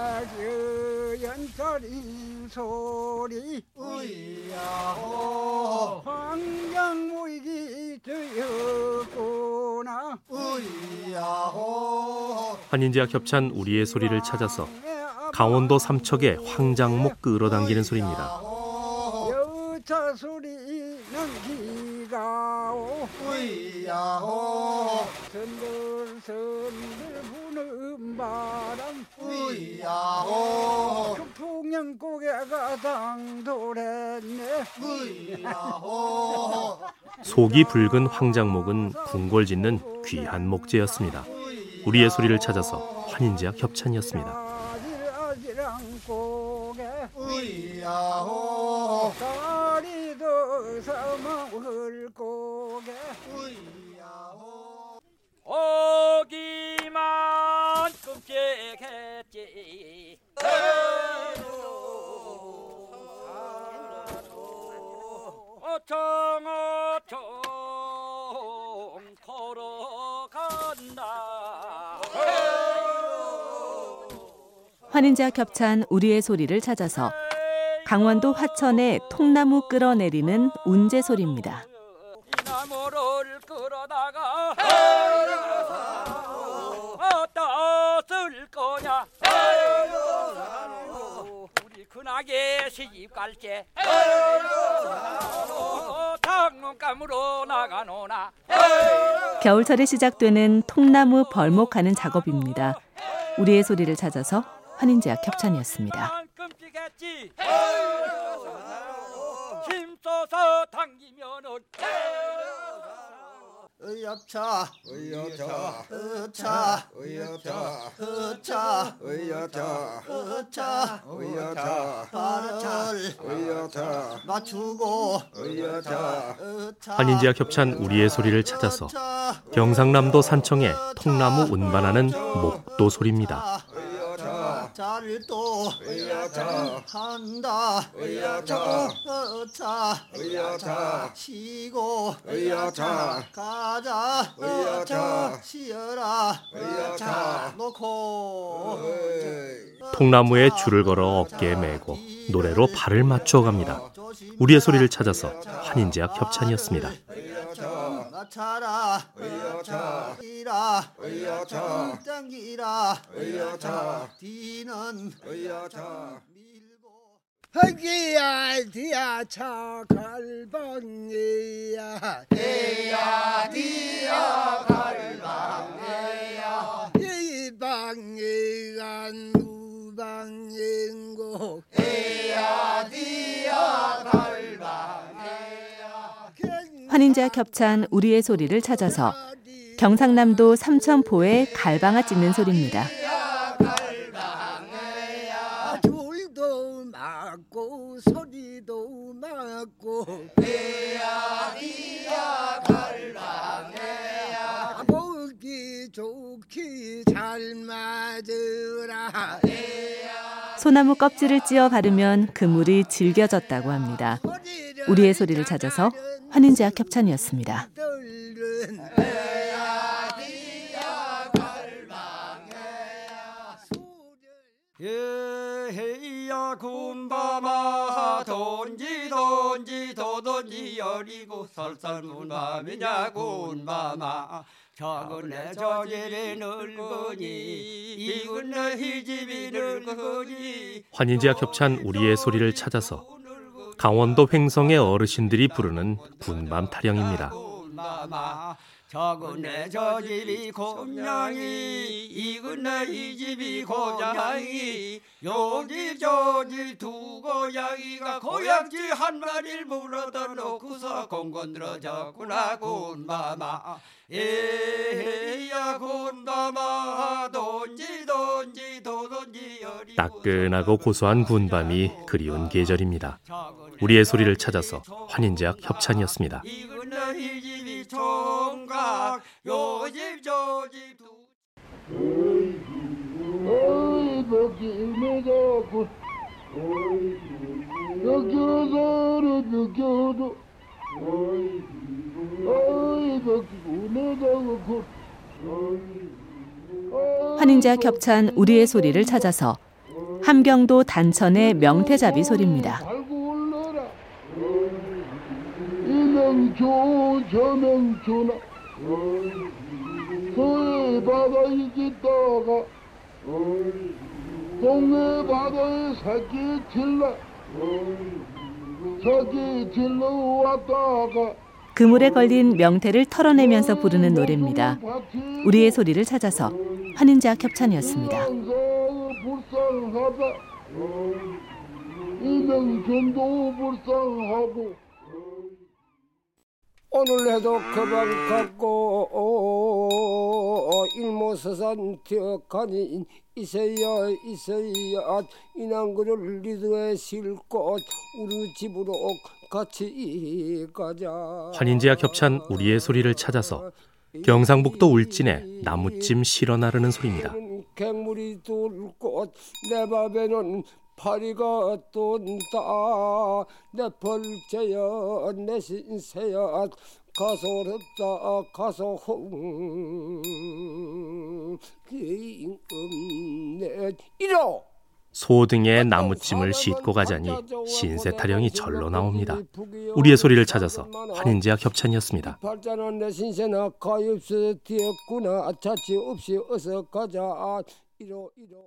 호박이 연소리 소리 우이야호 환경무익이 되었구나 우이야호 한인지와 겹찬 우리의 소리를 찾아서 강원도 삼척의 황장목 끌어당기는 소리입니다. 우이야호 여차 소리는 기가오 우이야호 선들선들 부는 바람 우이야호 교풍년 고개가 당돌했네 우이야호 속이 붉은 황장목은 궁궐 짓는 귀한 목재였습니다. 우리의 소리를 찾아서 환인지와 겹찬이었습니다. 아질아질한 고개 우이야호 다리도 사망을 고개 우이야호 오기만 끔찍했지 어청어청 걸어간다 환인자 겹찬 우리의 소리를 찾아서 강원도 화천의 통나무 끌어내리는 운재 소리입니다. 이나무를 끌어다가 어디다 쓸 거냐 우리 큰아게 시집갈제 장롱감으로 나가노나 겨울철에 시작되는 통나무 벌목하는 작업입니다. 우리의 소리를 찾아서 환인제약 협찬이었습니다. 난 끔찍했지 힘써서 당기면은 으엽차 으엽차 으차 으엽차 으차 으엽차 으차 으엽차 발을 으엽차 맞추고 으엽차 한인지와 겹찬 우리의 소리를 찾아서 경상남도 산청의 통나무 운반하는 목도 소리입니다. 자를 또 한다 어, 으차 쉬고 가자 으차 쉬어라 으차 놓고 통나무에 줄을 걸어 어깨에 매고 노래로 발을 맞추어 갑니다. 우리의 소리를 찾아서 한인제약 협찬이었습니다. 나차라 으여차 이라 으여차 당기라 으여차 뒤는 으여차 밀고 허기야 디야 차갈방이야 에야 디야 갈방에야 이 방이란 우방인고 에야 디야 갈방에야 환인제약 협찬 우리의 소리를 찾아서 경상남도 삼천포의 갈방아 찢는 소리입니다. 줄도 맞고 소리도 맞고 아, 보기 좋기 잘 맞으라 소나무 껍질을 찧어 바르면 그물이 질겨졌다고 합니다. 우리의 소리를 찾아서 환인제약 협찬이었습니다. 들은 예헤야 군밤아 돈지 돈지 도돈지 여리고 설산 군밤이냐 군밤아 작은 내 저집이 늙으니 이군 내 희집이 늙으니 환인지와 겹찬 우리의 소리를 찾아서 강원도 횡성의 어르신들이 부르는 군밤 타령입니다. 군밤아 작은 내 저집이 곰냥이 이군 내이 집이 고양이 여기저기 두 고양이가 고양지 한 마리를 물어다 놓고서 공건들어 졌구나 군밤아 에헤야 군밤아 돈지 돈지 도돈지 여리 따끈하고 고소한 군밤이 그리운 계절입니다. 우리의 소리를 찾아서 환인제약 협찬이었습니다. 이군 내이 집이 총각 요집 저집 두 어이 벗기니다고 벗겨서라 벗겨도 어이 벗기니다고 환인제와 겹찬 우리의 소리를 찾아서 함경도 단천의 명태잡이 소리입니다. 달고 올라라 이명조 저명조나 서해 바다에 짓다가 동해 바다에 새끼 질러 새끼 질러 왔다가 그물에 걸린 명태를 털어내면서 부르는 노래입니다. 우리의 소리를 찾아서 환인제와 겹찬이었습니다. 항상 불쌍하다 이명전도 불쌍하고 오늘 해도 그만 갖고 일모서산 기억하니 있어야 있어야 이난그를 리드에 실고 우리 집으로 같이 가자 환인제와 겹찬 우리의 소리를 찾아서 경상북도 울진의 나무찜 실어 나르는 소리입니다. 갱물이 돌고 내 밥에는 파리가 돈다 내 벌채야 내 신세야 가소롭다 가소홍 기음내 이러 소등에 나무찜을 싣고 가자니 신세 타령이 절로 나옵니다. 우리의 소리를 찾아서 환인제와 겹찬이었습니다. 팔자나 내 신세나 가엾어 뛰었구나 차치 아, 없이 어서 가자 이러 이러